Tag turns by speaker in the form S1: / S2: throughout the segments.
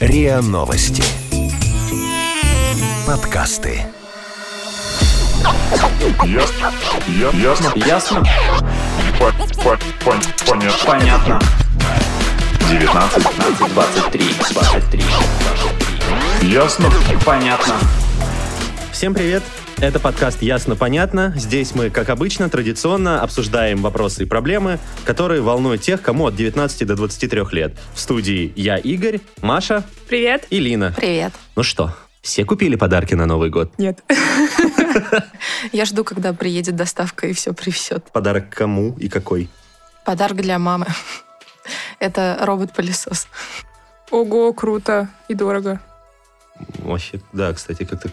S1: РИА Новости. Подкасты.
S2: Ясно. Я- Ясно.
S3: Ясно?
S2: По- по- пон- Понятно.
S3: Понятно.
S2: 19.
S3: 23, 23.
S2: Ясно.
S3: Понятно.
S4: Всем привет! Это подкаст «Ясно, понятно». Здесь мы, как обычно, традиционно обсуждаем вопросы и проблемы, которые волнуют тех, кому от 19 до 23 лет. В студии я, Игорь, Маша
S5: Привет.
S4: и Лина.
S5: Привет.
S4: Ну что, все купили подарки на Новый год?
S5: Нет. Я жду, когда приедет доставка и все привезет.
S4: Подарок кому и какой?
S5: Подарок для мамы. Это робот-пылесос.
S6: Ого, круто и дорого.
S4: Вообще, да, кстати, как-то...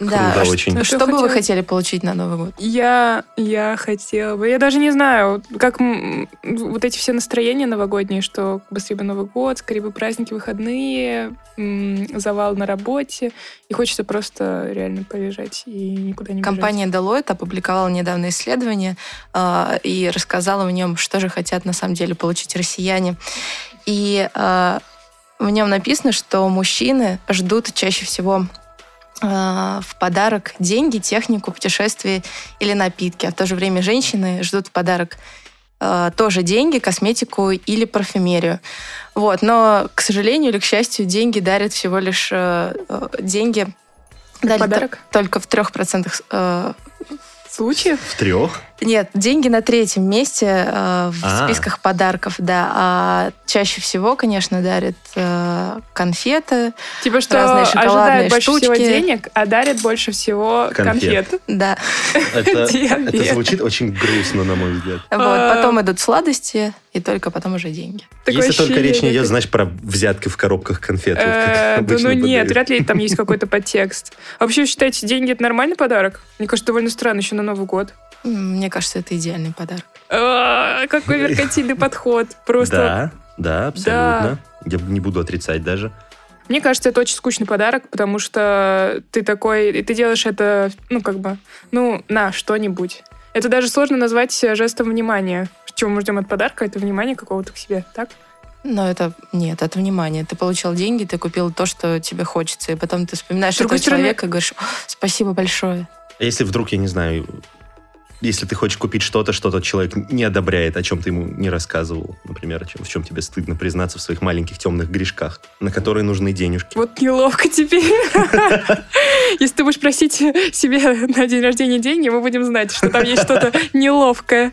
S5: Да.
S4: Круто
S5: а ш-
S4: очень.
S6: А
S5: Что,
S6: что
S5: бы вы
S6: хотела?
S5: хотели получить на Новый год?
S6: Я, я хотела бы, я даже не знаю, как м, вот эти все настроения новогодние, что быстрее бы Новый год, скорее бы праздники, выходные, м, завал на работе, и хочется просто реально полежать и никуда не бежать.
S5: Компания Deloitte опубликовала недавно исследование э, и рассказала в нем, что же хотят на самом деле получить россияне. И э, в нем написано, что мужчины ждут чаще всего э, в подарок деньги, технику, путешествия или напитки, а в то же время женщины ждут в подарок э, тоже деньги, косметику или парфюмерию. Вот, но, к сожалению или к счастью, деньги дарят всего лишь э, э, деньги. дарят
S6: подарок?
S5: то- Только в 3% э,
S6: Случаев?
S4: В трех?
S5: нет, деньги на третьем месте э, в
S4: А.
S5: списках подарков, да. А чаще всего, конечно, дарят э, конфеты.
S6: Типа, что
S5: Разные шоколадные
S6: ожидают больше всего
S5: штучки.
S6: денег, а дарят больше всего
S4: Конфет.
S6: конфет.
S5: Да.
S4: Это,
S6: Диабет.
S4: это звучит очень грустно, на мой взгляд.
S5: Вот, потом идут сладости, и только потом уже деньги.
S6: Такое
S4: Если только речь не
S6: ощущение,
S4: идет,
S6: как-
S4: знаешь, про взятки в коробках конфет. вот как
S6: Э, Да
S4: обычно
S6: ну нет,
S4: подают.
S6: вряд ли там есть какой-то подтекст. А вообще, вы считаете, деньги это нормальный подарок? Мне кажется, довольно странно еще на Новый год.
S5: М, Мне кажется, это идеальный подарок.
S6: А, Какой меркантильный подход. Просто.
S4: Да, да, абсолютно. Я не буду отрицать даже.
S6: Мне кажется, это очень скучный подарок, потому что ты такой, и ты делаешь это, ну, как бы, ну, на что-нибудь. Это даже сложно назвать э, жестом внимания. Чего мы ждем от подарка? Это внимание какого-то к себе, так?
S5: Но это нет, это внимание. Ты получил деньги, ты купил то, что тебе хочется, и потом ты вспоминаешь
S6: С другой
S5: этого
S6: стороны-
S5: человека и говоришь «О, спасибо большое.
S4: А Если вдруг, я не знаю, если ты хочешь купить что-то, что тот человек не одобряет, о чем ты ему не рассказывал, например, о чем, в чем тебе стыдно признаться в своих маленьких темных грешках, на которые нужны денежки.
S6: Вот неловко теперь. Если ты будешь просить себе на день рождения деньги, мы будем знать, что там есть что-то неловкое.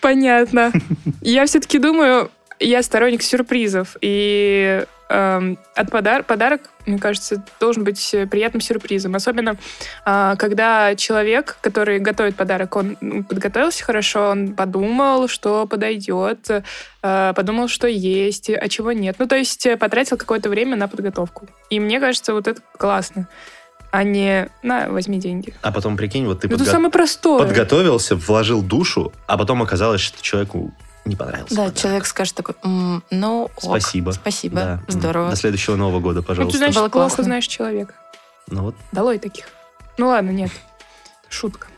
S6: Понятно. Я все-таки думаю, я сторонник сюрпризов. И эм, от подар- подарок, мне кажется, должен быть э, приятным сюрпризом. Особенно, а, когда человек, который готовит подарок, он ну, подготовился хорошо, он подумал, что подойдет, э, подумал, что есть, а чего нет. Ну, то есть э, потратил какое-то время на подготовку. И мне кажется, вот это классно, а не «на, возьми деньги». Ну,
S4: А потом, прикинь, вот ты
S5: Ну,
S6: Это
S4: подго-
S6: самое простое.
S4: подготовился, вложил душу, а потом оказалось, что человеку не понравился.
S5: Да,
S4: подарок.
S5: человек скажет такой «М, ну ок,
S4: Спасибо.
S5: спасибо,
S4: Да. М.
S5: здорово.
S4: До следующего Нового года,
S6: Ну, ты,
S4: пожалуйста.
S6: значит,
S5: Было
S6: плохо
S5: классно.
S6: знаешь человека.
S4: Ну вот,
S6: Долой таких. Ну, ладно, нет. Шутка.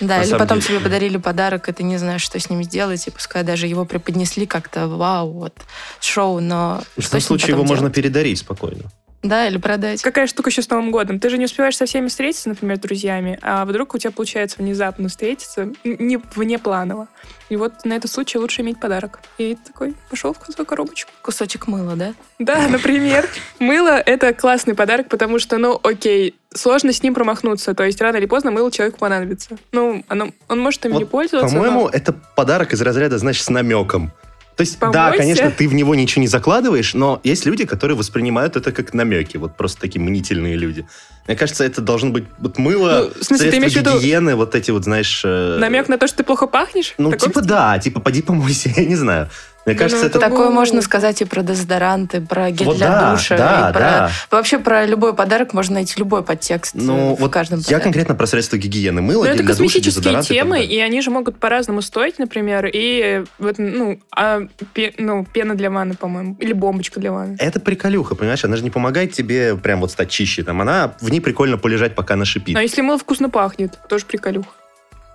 S5: Да,
S4: На
S5: или
S4: самом
S5: потом
S4: деле,
S5: тебе
S4: да.
S5: подарили подарок, и ты не знаешь, что с ним сделать, и пускай даже его преподнесли как-то, вау, вот, шоу, но
S4: в
S5: что
S4: том
S5: с ним
S4: случае его
S5: потом
S4: можно
S5: делать?
S4: передарить спокойно.
S5: Да, или продать.
S6: Какая штука еще с Новым годом? Ты же не успеваешь со всеми встретиться, например, с друзьями, а вдруг у тебя получается внезапно встретиться, н- не вне планово. И вот на этот случай лучше иметь подарок. И такой пошел в свою коробочку.
S5: Кусочек мыла, да?
S6: Да, например, мыло — это классный подарок, потому что, ну, окей, сложно с ним промахнуться. То есть рано или поздно мыло человеку понадобится. Ну, оно, он может им
S4: Вот,
S6: не пользоваться. но-
S4: По-моему, это подарок из разряда, знаешь, с намеком. То есть, да,
S6: Помойся.
S4: конечно, ты в него ничего не закладываешь, но есть люди, которые воспринимают это как намеки, вот просто такие мнительные люди. Мне кажется, это должен быть вот мыло,
S6: Ну, в смысле, ты
S4: средства
S6: имеешь в виду-
S4: гигиены, вот эти вот, знаешь... э,
S6: Намек на то, что ты плохо пахнешь?
S4: Ну,
S6: Такой
S4: типа да, типа поди помойся, я не знаю. Мне
S6: Да
S4: кажется,
S6: ну,
S4: это...
S6: это
S5: Такое
S6: Ну.
S5: можно сказать и про дезодоранты, про гель
S4: Вот
S5: для
S4: да,
S5: душа,
S4: да,
S5: и про...
S4: да.
S5: Вообще про любой подарок можно найти любой подтекст
S4: Ну,
S5: э, в
S4: вот
S5: каждом
S4: я
S5: подарке.
S4: конкретно про средства гигиены. Мыло,
S6: Ну,
S4: гель
S6: это
S4: для душа,
S6: косметические
S4: дезодорант и так
S6: темы,
S4: далее.
S6: и они же могут по-разному стоить, например, и вот, ну, а, пе- ну, пена для ванны, по-моему, или бомбочка для ванны.
S4: Это приколюха, понимаешь? Она же не помогает тебе прям вот стать чище. Там она в ней прикольно полежать, пока она шипит.
S6: Но если мыло вкусно пахнет, тоже приколюх.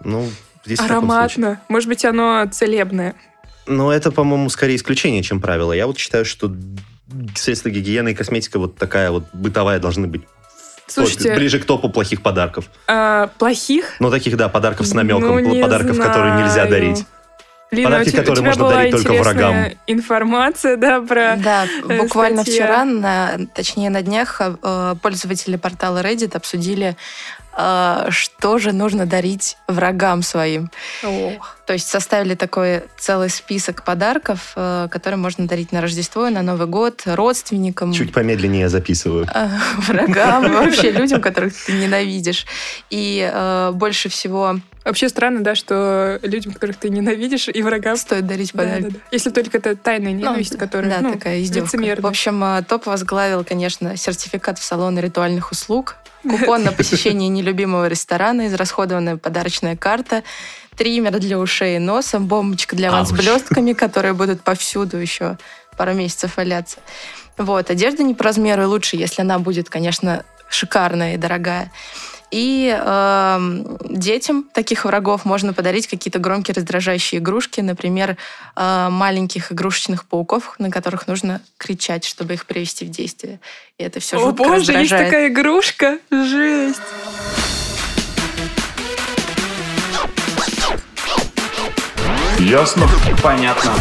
S4: Ну, здесь в таком случае.
S6: Ароматно. Может быть, оно целебное.
S4: Но это, по-моему, скорее исключение, чем правило. Я вот считаю, что средства гигиены и косметика вот такая вот бытовая должны быть в топе,
S6: Слушайте,
S4: ближе к топу плохих подарков.
S6: а, плохих...
S4: Но таких, да, подарков с намеком,
S6: ну,
S4: пл-
S6: не
S4: подарков, которые нельзя
S6: знаю.
S4: дарить.
S6: Лина,
S4: Подарки,
S6: у тебя, у
S4: которые
S6: тебя
S4: можно
S6: была
S4: дарить только
S6: интересная
S4: врагам.
S6: информация, да, про...
S5: Да,
S6: э,
S5: буквально
S6: статья.
S5: вчера, на, точнее на днях, э, пользователи портала Reddit обсудили, э, что же нужно дарить врагам своим.
S6: Ох.
S5: То есть составили такой целый список подарков, э, которые можно дарить на Рождество и на Новый год родственникам.
S4: Чуть помедленнее я записываю.
S5: э, врагам, вообще людям, которых ты ненавидишь. И э, больше всего
S6: Вообще странно, да, что людям, которых ты ненавидишь, и врагам...
S5: стоит дарить
S6: Да,
S5: подарки.
S6: да, да. Если только это тайная ненависть, которая,
S5: да,
S6: ну,
S5: такая издевка.
S6: лицемерная.
S5: В общем, э, топ возглавил, конечно, сертификат в салон ритуальных услуг, купон на посещение нелюбимого ресторана, израсходованная подарочная карта, триммер для ушей и носа, бомбочка для ванн с
S4: Ауч.
S5: блестками, которые будут повсюду еще пару месяцев валяться. Вот, одежда не по размеру и лучше, если она будет, конечно, шикарная и дорогая. И эм, детям таких врагов можно подарить какие-то громкие раздражающие игрушки, например, э, маленьких игрушечных пауков, на которых нужно кричать, чтобы их привести в действие. И это все
S6: О
S5: жутко
S6: боже, есть
S5: раздражает.
S6: такая игрушка. Жесть.
S2: Ясно?
S3: Понятно.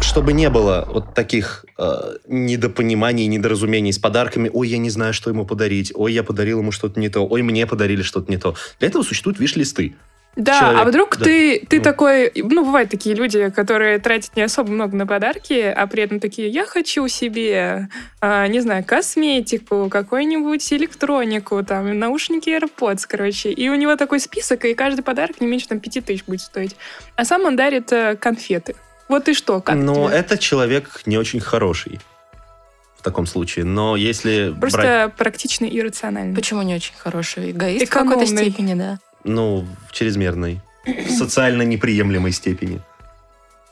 S4: Чтобы не было вот таких э, недопониманий, недоразумений с подарками, ой, я не знаю, что ему подарить, ой, я подарил ему что-то не то, ой, мне подарили что-то не то. Для этого существуют виш-листы.
S6: Да,
S4: Человек,
S6: а вдруг
S4: да.
S6: ты, ты
S4: Ну.
S6: такой... Ну, бывают такие люди, которые тратят не особо много на подарки, а при этом такие, я хочу себе, а, не знаю, косметику, какую-нибудь электронику, там, наушники AirPods, короче. И у него такой список, и каждый подарок не меньше, там, пяти тысяч будет стоить. А сам он дарит э, конфеты. Вот и что, как
S4: Но
S6: тебе?
S4: Ну, это человек не очень хороший в таком случае. Но если
S6: Просто
S4: брать,
S6: практично и рационально.
S5: Почему не очень хороший? Эгоист в какой-то
S6: Экономный.
S5: степени, да.
S4: ну, в чрезмерной, социально неприемлемой степени.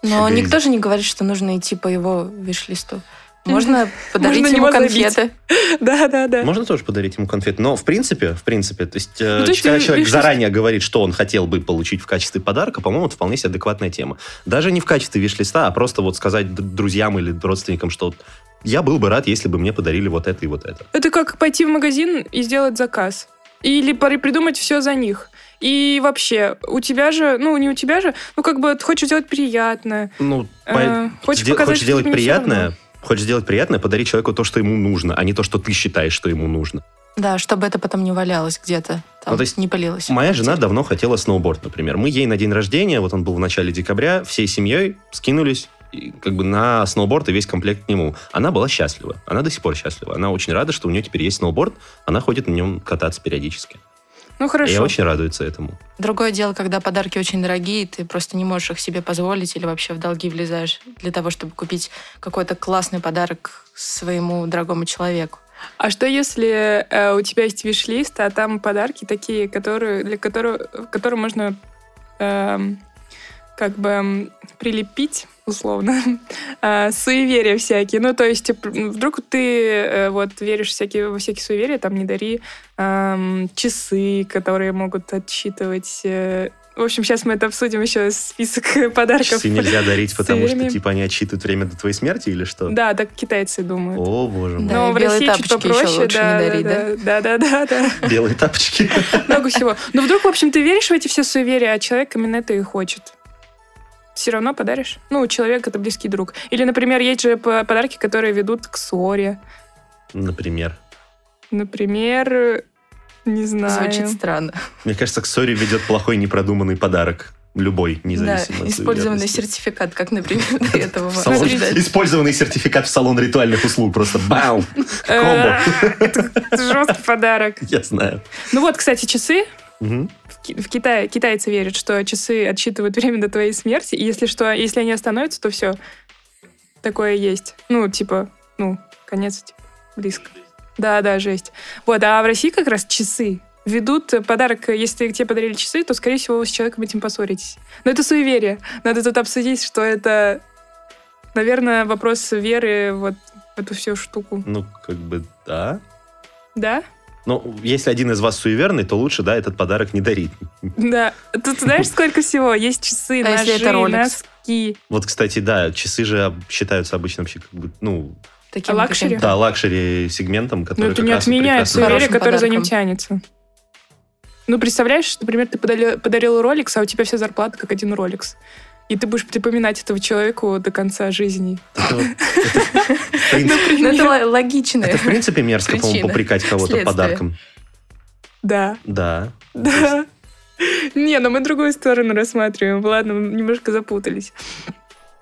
S5: Но
S4: Эгоист.
S5: никто же не говорит, что нужно идти по его виш-листу. Можно подарить
S6: Можно
S5: ему
S6: его забить.
S5: конфеты.
S6: Да-да-да.
S4: Можно тоже подарить ему конфеты, но в принципе, в принципе, то есть, э,
S6: Ну, то есть
S4: когда
S6: ты
S4: человек
S6: решишь-
S4: заранее говорит, что он хотел бы получить в качестве подарка, по-моему, это вполне себе адекватная тема. Даже не в качестве виш-листа, а просто вот сказать д- друзьям или родственникам, что я был бы рад, если бы мне подарили вот это и вот это.
S6: Это как пойти в магазин и сделать заказ. Или пори- придумать все за них. И вообще, у тебя же, ну, не у тебя же, ну, как бы ты хочешь сделать приятное.
S4: Ну,
S6: Э,
S4: по-
S6: хочешь
S4: сде-
S6: показать,
S4: хочешь
S6: что
S4: сделать
S6: тебе не всё
S4: приятное,
S6: равно?
S4: хочешь сделать приятное, подари человеку то, что ему нужно, а не то, что ты считаешь, что ему нужно.
S5: Да, чтобы это потом не валялось где-то. Там
S4: Ну, то есть
S5: не пылилось.
S4: Моя жена давно хотела сноуборд, например. Мы ей на день рождения, вот он был в начале декабря, всей семьей скинулись и как бы на сноуборд и весь комплект к нему. Она была счастлива. Она до сих пор счастлива. Она очень рада, что у нее теперь есть сноуборд. Она ходит на нем кататься периодически.
S6: Ну,
S4: И
S6: хорошо.
S4: Я очень радуется этому.
S5: Другое дело, когда подарки очень дорогие, и ты просто не можешь их себе позволить или вообще в долги влезаешь для того, чтобы купить какой-то классный подарок своему дорогому человеку.
S6: А что если э, у тебя есть виш-лист, а там подарки такие, которые, для которых, которые можно эм, как бы м, прилепить, условно, э, суеверия всякие. Ну, то есть п- вдруг ты э, вот веришь всякие, во всякие суеверия, там не дари эм, часы, которые могут отсчитывать... э, в общем, сейчас мы это обсудим еще список подарков.
S4: Часы нельзя дарить, потому что
S6: Время.
S4: типа они отчитывают время до твоей смерти или что?
S6: Да, так китайцы думают.
S4: О, боже мой.
S5: Да, и
S6: Но в
S5: белые
S6: России чуть
S5: тапочки еще
S6: попроще,
S5: лучше не
S6: да,
S5: дари,
S6: да, да, да, да, да.
S4: Белые тапочки.
S6: много всего. Но вдруг, в общем, ты веришь в эти все суеверия, а человек именно это и хочет. Все равно подаришь? Ну, человек — это близкий друг. Или, например, есть же п- подарки, которые ведут к ссоре.
S4: Например.
S6: Например, э, не знаю.
S5: Звучит странно.
S4: Мне кажется, к ссоре ведет плохой непродуманный подарок. Любой,
S5: Да,
S4: независимо от
S5: использованный
S4: суеверности.
S5: сертификат, как, например, до этого
S4: В салон-
S5: мы обсуждали.
S4: использованный сертификат в салон ритуальных услуг. Просто бау! Комбо.
S6: Э, Это жесткий подарок.
S4: Я знаю.
S6: Ну вот, кстати, часы.
S4: Мгм.
S6: В Ки- в Китае китайцы верят, что часы отсчитывают время до твоей смерти, и если что, если они остановятся, то все. Такое есть. Ну, типа, ну, конец типа, близко. Да, да, жесть. Вот, а в России как раз часы ведут подарок, если тебе подарили часы, то, скорее всего, вы с человеком этим поссоритесь. Но это суеверие. Надо тут обсудить, что это, наверное, вопрос веры вот в эту всю штуку.
S4: Ну, как бы да.
S6: Да?
S4: Ну, если один из вас суеверный, то лучше, да, этот подарок не дарить.
S6: Да. Тут знаешь, сколько всего? Есть часы,
S5: А если
S6: ножи,
S5: это Rolex?
S6: носки.
S4: Вот, кстати, да, часы же об- считаются обычно вообще, как бы, ну,
S5: Таким
S6: лакшери?
S5: каким-то-
S4: да, лакшери-сегментом,
S6: Но
S4: который
S6: Ну, это
S4: как
S6: не
S4: раз и
S6: отменяет
S4: прекрасно-
S5: Хорошим
S6: суеверие, которое за
S5: подарком.
S6: ним тянется. Ну, представляешь, что, например, ты подарил, подарил Rolex, а у тебя вся зарплата как один Rolex. И ты будешь припоминать этого человеку до конца жизни.
S4: Это вот- Ну, это- в принципе-
S5: Ну, это ло- логично.
S4: Это, в принципе, мерзко, по-моему,
S5: Причина.
S4: попрекать кого-то
S5: Следствие.
S4: подарком.
S6: Да.
S4: Да.
S6: Да. Не, но мы другую сторону рассматриваем. Ладно, мы немножко запутались.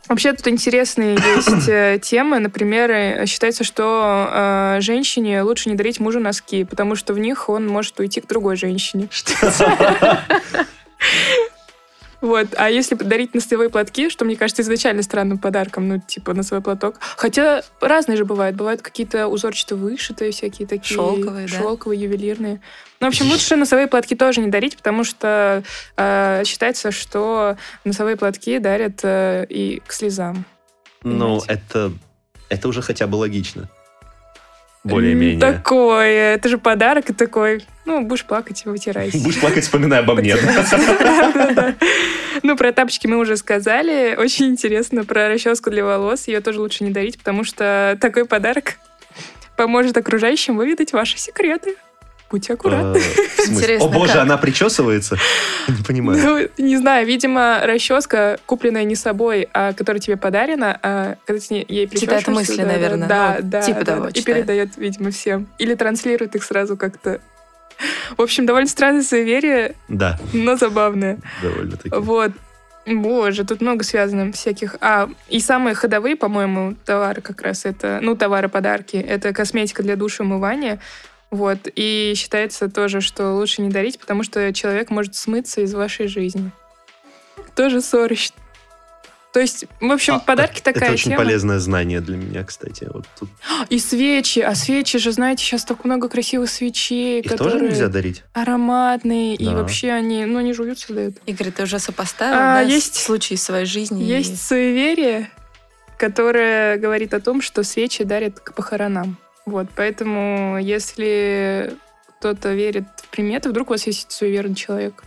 S6: Вообще тут интересные есть э, темы. Например, э, считается, что э, женщине лучше не дарить мужу носки, потому что в них он может уйти к другой женщине. Вот. А если подарить носовые платки, что, мне кажется, изначально странным подарком, ну, типа носовой платок. Хотя разные же бывают. Бывают какие-то узорчато вышитые всякие такие.
S5: Шелковые, да.
S6: Шелковые, ювелирные. Ну, в общем, лучше носовые платки тоже не дарить, потому что э, считается, что носовые платки дарят э, и к слезам.
S4: Ну,
S6: Понимаете?
S4: это... Это уже хотя бы логично. Более-менее.
S6: Такое. Это же подарок и такой. Ну, будешь плакать и вытирайся.
S4: Будешь плакать, вспоминая обо мне.
S6: Да-да-да. Ну, про тапочки мы уже сказали. Очень интересно про расческу для волос. Ее тоже лучше не дарить, потому что такой подарок поможет окружающим выведать ваши секреты. Будьте аккуратны.
S4: Э, в смысле?
S5: Интересно,
S4: О боже,
S5: как?
S4: она причесывается? Не понимаю.
S6: Ну, не знаю, видимо, расческа, купленная не собой, а которая тебе подарена, а когда ты с ней- ей
S5: Читает
S6: причешешься,
S5: мысли,
S6: да, да,
S5: наверное.
S6: Да,
S5: Ну,
S6: да,
S5: типа
S6: да,
S5: того,
S6: да, И
S5: читает.
S6: передает, видимо, всем. Или транслирует их сразу как-то. В общем, довольно странное суеверие,
S4: Да,
S6: но забавное.
S4: довольно-таки.
S6: Вот. Боже, тут много связано всяких. А, и самые ходовые, по-моему, товары как раз это, ну, товары-подарки, это косметика для душа, умывания. Вот. И считается тоже, что лучше не дарить, потому что человек может смыться из вашей жизни. Тоже ссорищ. То есть, в общем,
S4: А,
S6: подарки такая
S4: Это очень
S6: тема.
S4: полезное знание для меня, кстати. Вот тут
S6: И свечи. А свечи же, знаете, сейчас так много красивых свечей,
S4: их
S6: которые
S4: тоже нельзя дарить.
S6: ароматные. И
S4: Да.
S6: вообще они, ну, они жуются, дают.
S5: Игорь, ты уже сопоставил,
S6: А,
S5: да,
S6: есть-
S5: есть... случай своей жизни? и-
S6: Есть суеверие, которое говорит о том, что свечи дарят к похоронам. Вот, поэтому если кто-то верит в приметы, вдруг у вас есть суеверный человек.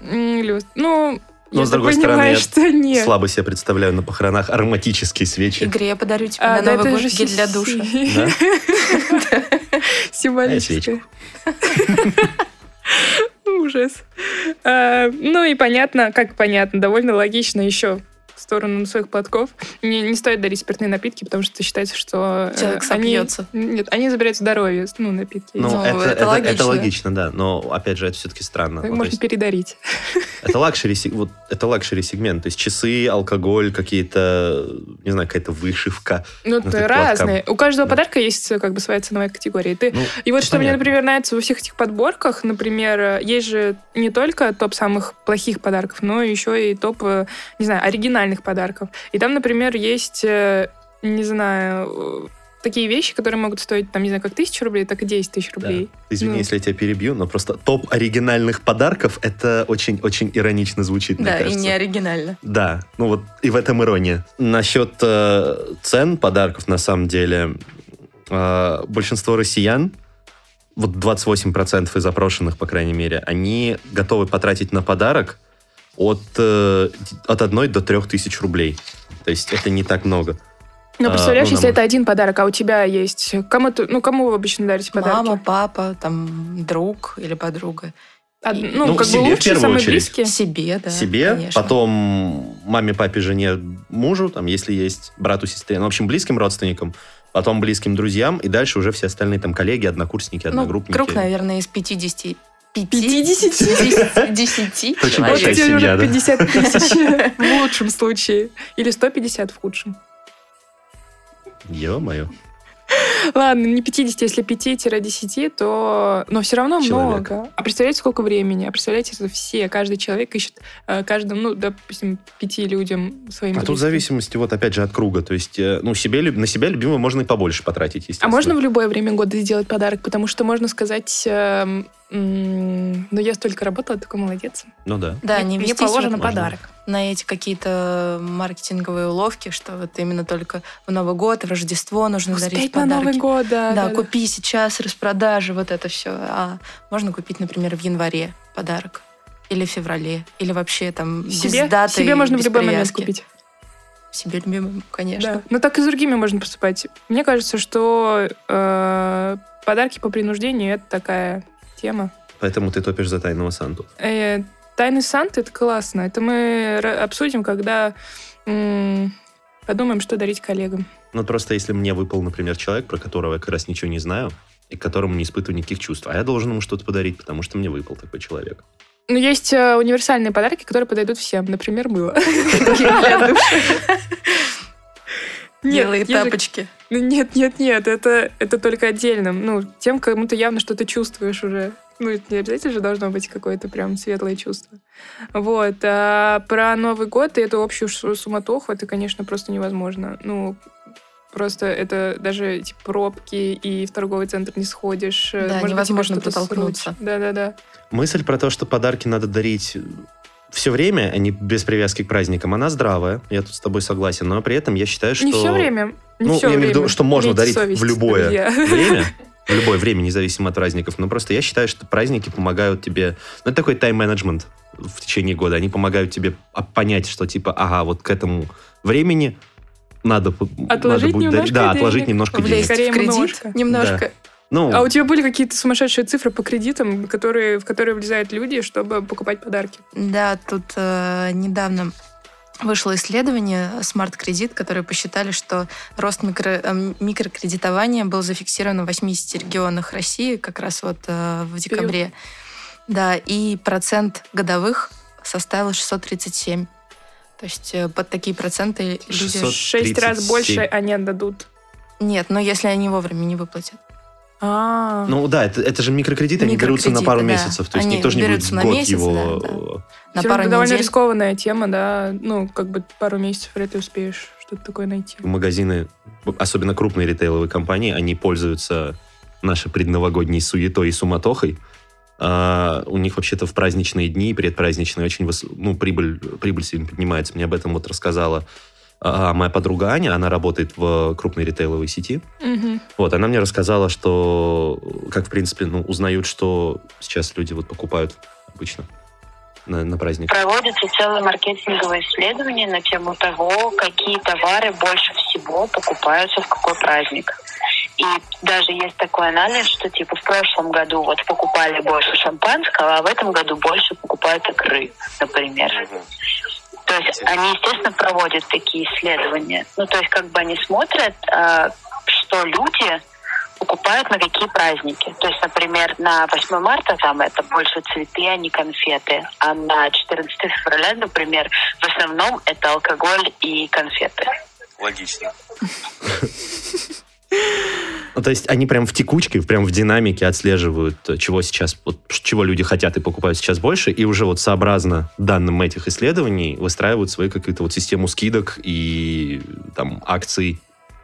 S6: М, Или, вот- ну,
S4: Но, с
S6: если
S4: другой
S6: понимаешь, что нет.
S4: Слабо себе представляю на похоронах ароматические свечи.
S5: Игорь, я подарю тебе
S6: А,
S5: на
S6: да
S5: Новый
S6: это
S5: год
S6: же
S5: гель
S6: си-
S5: для душа.
S6: си-
S4: Да?
S6: Символическое.
S4: свечку.
S6: Ужас. А, Ну и понятно, как понятно, довольно логично еще в сторону своих платков. Не, не стоит дарить спиртные напитки, потому что считается, что... э,
S5: Человек сопьется.
S6: Они, нет, они забирают здоровье, ну, напитки.
S4: Ну,
S5: Ну,
S4: это,
S5: это
S4: это- это логично.
S5: логично.
S4: да. Но опять же, это все-таки странно.
S6: Их
S4: Ну, то
S6: можно
S4: есть
S6: передарить.
S4: это лакшери, се- вот это лакшери сегмент. То есть часы, алкоголь, какие-то, не знаю, какая-то вышивка.
S6: Ну,
S4: Ну,
S6: ты
S4: это к
S6: разные. У каждого
S4: Да.
S6: подарка есть э, как бы своя ценовая категория. И Ты
S4: Ну,
S6: И вот что мне,
S4: понятно.
S6: например, нравится во всех этих подборках, например, э, есть же не только топ самых плохих подарков, но еще и топ, э, не знаю, оригинальных подарков. И там, например, есть, э, не знаю, э, такие вещи, которые могут стоить, там, не знаю, как тысячу рублей, так и 10 тысяч
S4: Да.
S6: рублей.
S4: Извини,
S6: Ну.
S4: если я тебя перебью, но просто топ оригинальных подарков это очень-очень иронично звучит, мне
S5: Да, и
S4: кажется.
S5: не оригинально.
S4: Да, ну вот и в этом ирония. Насчет э, цен подарков, на самом деле, э, большинство россиян, вот 28% из опрошенных, по крайней мере, они готовы потратить на подарок от, э, от 1 до 3 тысяч рублей. То есть это не так много.
S6: Но
S4: А,
S6: представляешь,
S4: ну,
S6: если
S4: нам-
S6: это один подарок, а у тебя есть... Кому ты, ну, кому вы обычно дарите подарки?
S5: Мама, папа, там, друг или подруга.
S6: Од- ну,
S4: Ну,
S6: как
S4: себе
S6: бы
S4: в
S6: лучшие,
S4: первую
S6: самые
S4: очередь.
S6: близкие.
S5: Себе, да,
S4: Себе,
S5: конечно.
S4: потом маме, папе, жене, мужу, там, если есть брату, сестре, ну, в общем, близким родственникам, потом близким друзьям, и дальше уже все остальные там коллеги, однокурсники,
S5: Ну,
S4: одногруппники.
S5: круг, наверное, из 50...
S6: 50?
S5: 50? 10
S4: Это очень
S6: Вот
S4: большая
S6: у тебя
S5: человек.
S4: семья,
S6: уже
S4: да?
S6: 50 тысяч в лучшем случае. Или 150 в худшем.
S4: Ё-моё.
S6: Ладно, не 50, если 5-10, то... Но все равно
S4: Человек.
S6: много. А представляете, сколько времени? А представляете, это все, каждый человек ищет э, каждому, ну, допустим, пяти людям своим.
S4: А тут в
S6: близким.
S4: зависимости, вот опять же, от круга. То есть, э, ну, себе, люб- на себя любимого можно и побольше потратить,
S6: А
S4: естественно.
S6: можно в любое время года сделать подарок? Потому что можно сказать... эм, М, Но я столько работала, такой молодец.
S4: Ну да.
S5: Да,
S6: Мне-
S5: не
S6: Мне
S5: вестись
S6: положено
S5: вот
S4: Можно.
S6: подарок.
S5: на эти какие-то маркетинговые уловки, что вот именно только в Новый год, в Рождество нужно дарить
S6: Успеть на
S5: подарки.
S6: Новый год, да.
S5: Да,
S6: да, да.
S5: купи сейчас, распродажи, вот это все. А можно купить, например, в январе подарок. Или в феврале. Или вообще там
S6: Себе,
S5: без даты.
S6: себе можно в
S5: без
S6: любой момент
S5: привязки.
S6: купить.
S5: Себе любимым, конечно.
S6: Да. Но так и с другими можно поступать. Мне кажется, что э, подарки по принуждению это такая тема.
S4: Поэтому ты топишь за тайного Санту.
S6: Э, Тайны Санты это классно. Это мы ра- обсудим, когда м, подумаем, что дарить коллегам.
S4: Ну, просто если мне выпал, например, человек, про которого я как раз ничего не знаю, и к которому не испытываю никаких чувств, а я должен ему что-то подарить, потому что мне выпал такой человек.
S6: Но есть э, универсальные подарки, которые подойдут всем. Например, мыло.
S5: Для души. Белые
S6: я же-
S5: тапочки.
S6: Ну, Нет, нет, нет, это, это только отдельно. Ну, тем, кому ты явно что-то чувствуешь уже. Ну, это не обязательно же должно быть какое-то прям светлое чувство. Вот. А про Новый год и эту общую шу- суматоху, это, конечно, просто невозможно. Ну, просто это даже эти пробки, и в торговый центр не сходишь. э,
S5: Да,
S6: Может быть, тебя
S5: невозможно
S6: что-то срут.
S5: протолкнуться.
S6: Да-да-да.
S4: Мысль про то, что подарки надо дарить все время, а не без привязки к праздникам, она здравая. Я тут с тобой согласен. Но при этом я считаю, что...
S6: Не все время. Не
S4: Ну,
S6: всё
S4: я имею в виду,
S6: время.
S4: что можно
S6: Имейте
S4: дарить в
S6: совесть,
S4: любое.
S6: друзья.
S4: время, в любое время, независимо от праздников. Но просто я считаю, что праздники помогают тебе... Ну, это такой тайм-менеджмент в течение года. Они помогают тебе а- понять, что типа, ага, вот к этому времени надо... п-
S6: Отложить
S4: будет
S6: немножко
S4: Да, отложить
S6: денег.
S4: немножко
S5: Влезть
S4: денег.
S6: Скорее
S5: в кредит
S6: множко.
S5: немножко.
S4: Ну,
S6: А у тебя были какие-то сумасшедшие цифры по кредитам, которые, в которые влезают люди, чтобы покупать подарки?
S5: Да, тут э, недавно вышло исследование «Смарт-кредит», которые посчитали, что рост микро- э, микрокредитования был зафиксирован в 80 регионах России как раз вот э, в декабре. Да, и процент годовых составил 637. То есть э, под такие проценты люди...
S4: 600.
S6: Шесть раз
S4: 37.
S6: больше они отдадут.
S5: Нет, но если они вовремя не выплатят.
S6: А,
S4: ну да, это, это же микрокредиты, они берутся на
S5: Микрокредиты,
S4: пару
S5: да.
S4: месяцев. То есть
S5: Они
S4: никто же не будет
S5: берутся на
S4: год
S5: месяц,
S4: его...
S5: да, На
S6: на
S5: пару
S6: довольно
S5: недель.
S6: рискованная тема, да. Ну, как бы пару месяцев вряд ли успеешь что-то такое найти.
S4: Магазины, особенно крупные ритейловые компании, они пользуются нашей предновогодней суетой и суматохой. А у них вообще-то в праздничные дни и предпраздничные очень выс- ну, прибыль, прибыль сильно поднимается. Мне об этом вот рассказала а, моя подруга Аня, она работает в крупной ритейловой сети.
S6: Мгм.
S4: Вот, она мне рассказала, что как, в принципе, ну, узнают, что сейчас люди вот покупают обычно на, на праздник.
S7: Проводится целое маркетинговое исследование на тему того, какие товары больше всего покупаются в какой праздник. И даже есть такой анализ, что типа в прошлом году вот покупали больше шампанского, а в этом году больше покупают икры, например. То есть они, естественно, проводят такие исследования. Ну, то есть как бы они смотрят, э, что люди покупают на какие праздники. То есть, например, на 8 марта там это больше цветы, а не конфеты. А на 14 февраля, например, в основном это алкоголь и конфеты.
S8: Логично.
S4: Ну, то есть они прям в текучке, прям в динамике отслеживают, э, чего сейчас, вот, ш- чего люди хотят и покупают сейчас больше, и уже вот сообразно данным этих исследований выстраивают свою какую-то вот систему скидок и там акций,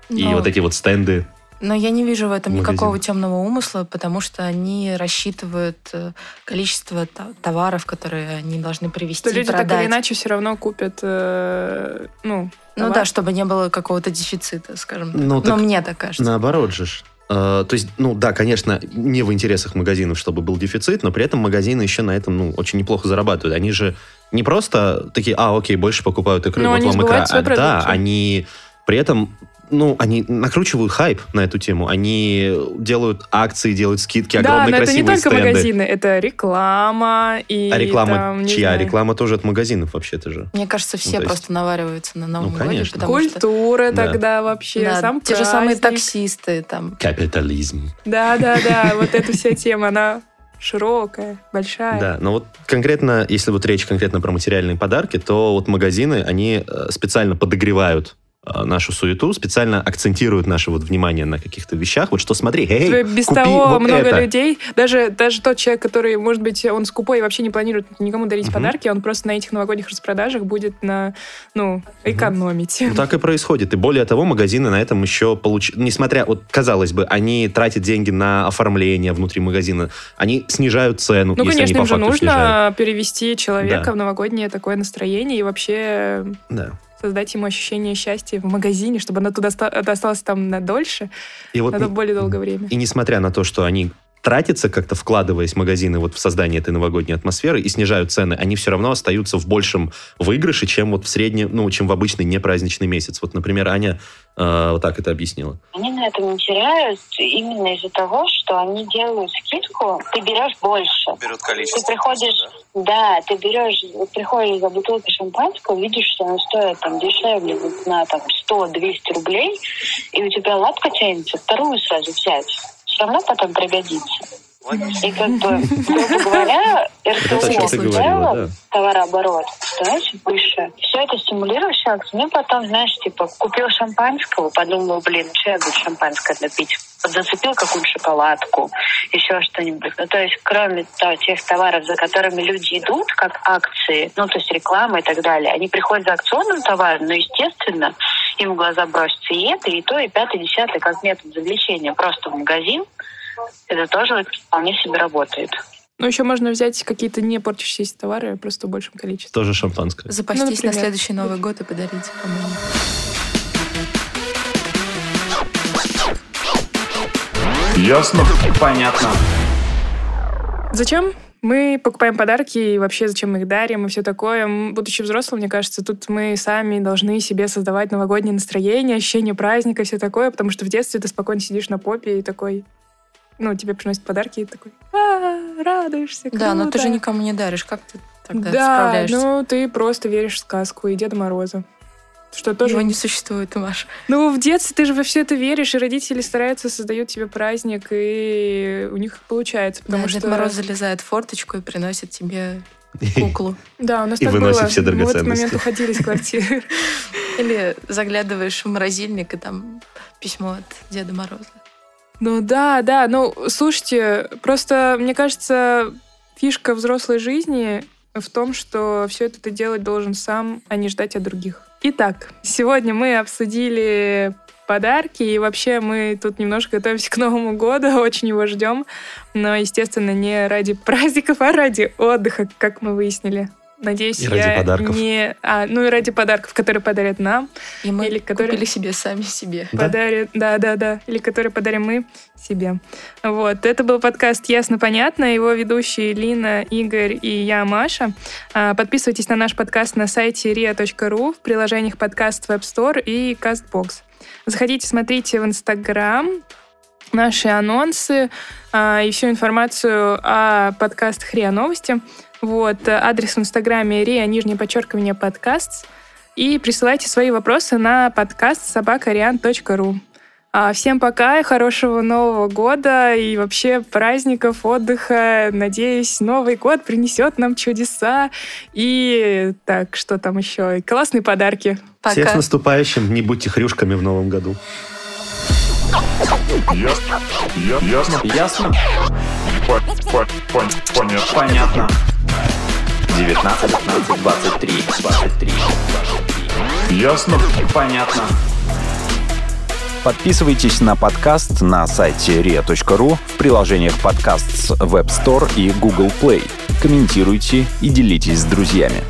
S4: и
S5: Но-
S4: вот эти вот стенды.
S5: Но я не вижу в этом
S4: Магазин.
S5: никакого темного умысла, потому что они рассчитывают э, количество то- товаров, которые они должны привести
S6: Что
S5: и
S6: люди
S5: Типа продать.
S6: так или иначе все равно купят, э, ну,
S5: ну
S6: товар.
S5: да, чтобы не было какого-то дефицита, скажем так.
S4: Ну, так
S5: Но мне так кажется.
S4: Наоборот же. ж. Э, То есть, ну да, конечно, не в интересах магазинов, чтобы был дефицит, но при этом магазины еще на этом ну, очень неплохо зарабатывают. Они же не просто такие, а, окей, больше покупают икры,
S6: Но
S4: вот
S6: Ну, они
S4: вам икра.
S6: сбывают
S4: А,
S6: свою
S4: да,
S6: продукцию.
S4: они при этом, ну, они накручивают хайп на эту тему. Они делают акции, делают скидки,
S6: да,
S4: огромные
S6: но это не
S4: красивые
S6: только
S4: стенды.
S6: магазины, это реклама и
S4: А реклама
S6: там, не
S4: чья?
S6: знаю,
S4: Реклама тоже от магазинов вообще-то же.
S5: Мне кажется, все
S4: Ну, то есть-
S5: просто навариваются на Новом
S4: Ну,
S5: Годе,
S4: конечно.
S5: потому что
S6: Культура
S4: Да.
S6: тогда вообще,
S5: да,
S6: сам
S5: те же самые
S6: праздник.
S5: таксисты там.
S4: Капитализм.
S6: Да, да, да, вот эта вся тема, она широкая, большая.
S4: Да, но вот конкретно, если вот речь конкретно про материальные подарки, то вот магазины, они э, специально подогревают нашу суету, специально акцентируют наше вот внимание на каких-то вещах. Вот что смотри, эй,
S6: Что без
S4: купи
S6: того
S4: вот
S6: много
S4: это.
S6: людей, даже, даже тот человек, который, может быть, он скупой и вообще не планирует никому дарить
S4: Мгм.
S6: подарки, он просто на этих новогодних распродажах будет на, ну, экономить.
S4: Ну, так и происходит. И более того, магазины на этом еще получ... Несмотря, вот, казалось бы, они тратят деньги на оформление внутри магазина, они снижают цену,
S6: Ну,
S4: если
S6: конечно,
S4: они
S6: им
S4: по
S6: же
S4: факту
S6: нужно
S4: снижают.
S6: перевести человека
S4: Да.
S6: в новогоднее такое настроение и вообще
S4: Да.
S6: создать ему ощущение счастья в магазине, чтобы оно туда оста- это осталось там на дольше,
S4: И вот
S6: на более долгое время.
S4: И несмотря на то, что они тратятся, как-то вкладываясь в магазины вот в создание этой новогодней атмосферы и снижают цены, они все равно остаются в большем выигрыше, чем вот в среднем, ну, чем в обычный непраздничный месяц. Вот, например, Аня э, вот так это объяснила.
S7: Они на этом не теряют именно из-за того, что они делают скидку, ты берешь больше.
S8: Берут
S7: Ты
S8: количество.
S7: приходишь, да, ты берешь, вот приходишь за бутылкой шампанского, видишь, что она стоит там дешевле вот на там 100-200 рублей, и у тебя лапка тянется вторую сразу взять. Все равно потом пригодится. И как бы, грубо говоря,
S4: Это то, о чем
S7: РТО
S4: ты
S7: в
S4: говорила,
S7: целом
S4: да.
S7: товарооборот становится выше. Все это стимулирующий акт. Мне потом, знаешь, типа, купил шампанского, подумал, блин, что я буду шампанское напить? Зацепил какую-нибудь шоколадку, еще что-нибудь. Ну, то есть, кроме то- тех товаров, за которыми люди идут, как акции, ну, то есть реклама и так далее, они приходят за акционным товаром, но, естественно, им в глаза бросится и это, и то, и пятое, и десятое, как метод завлечения просто в магазин. Это тоже вполне себе работает.
S6: Ну, еще можно взять какие-то не портящиеся товары, просто в большем количестве.
S4: Тоже шампанское.
S5: Запастись
S6: Ну,
S5: на
S6: например.
S5: следующий Новый год и подарить кому-нибудь.
S2: Ясно?
S3: Понятно.
S6: Зачем? Мы покупаем подарки и вообще зачем их дарим и все такое. М, Будучи взрослым, мне кажется, тут мы сами должны себе создавать новогоднее настроение, ощущение праздника и все такое, потому что в детстве ты спокойно сидишь на попе и такой, ну, тебе приносят подарки и такой, а, радуешься,
S5: Да, но ты же
S6: круто».
S5: никому не даришь. Как ты тогда
S6: Да,
S5: справляешься?
S6: ну ты просто веришь в сказку и Деда Мороза. Что тоже...
S5: Его не существует, Маша.
S6: Ну, в детстве ты же во все это веришь, и родители стараются, создают тебе праздник, и у них получается, потому
S5: Да,
S6: что...
S5: Дед Мороз залезает в форточку и приносит тебе куклу.
S6: Да, у нас
S4: И
S6: так
S4: выносит
S6: было.
S4: все
S6: Мы в этот момент
S4: драгоценности.
S6: уходили из квартиры.
S5: Или заглядываешь в морозильник, и там письмо от Деда Мороза.
S6: Ну да, да, ну слушайте, просто мне кажется, фишка взрослой жизни в том, что все это ты делать должен сам, а не ждать от других. Итак, сегодня мы обсудили подарки, и вообще мы тут немножко готовимся к Новому году, очень его ждем, но, естественно, не ради праздников, а ради отдыха, как мы выяснили. Надеюсь,
S4: И ради
S6: я
S4: подарков.
S6: не... а, ну и ради подарков, которые подарят нам,
S5: И мы
S6: Или который-
S5: купили себе сами себе.
S4: Да?
S6: подарит, да, да, да, или который подарим мы себе. Вот, это был подкаст «Ясно, понятно», его ведущие Лина, Игорь и я, Маша. А, Подписывайтесь на наш подкаст на сайте ria.ru, в приложениях подкаст в App Store и CastBox. Заходите, смотрите в Инстаграм, наши анонсы а, и всю информацию о подкастах РИА Новости. Вот, э, адрес в Инстаграме РИА, нижнее подчеркивание, подкаст. И присылайте свои вопросы на подкаст собакариан.ру. А, Всем пока, и хорошего Нового года и вообще праздников, отдыха. Надеюсь, Новый год принесет нам чудеса и так, что там еще, и классные подарки.
S5: Пока.
S4: Всех с наступающим, не будьте хрюшками в новом году.
S2: Ясно? Я- Ясно?
S3: Ясно?
S2: По- по- пон- Понятно.
S3: Понятно. 19, 19, 23, 23.
S2: Ясно?
S3: Понятно.
S8: Подписывайтесь на подкаст на сайте ria.ru в приложениях подкаст с Web Store и Google Play. Комментируйте и делитесь с друзьями.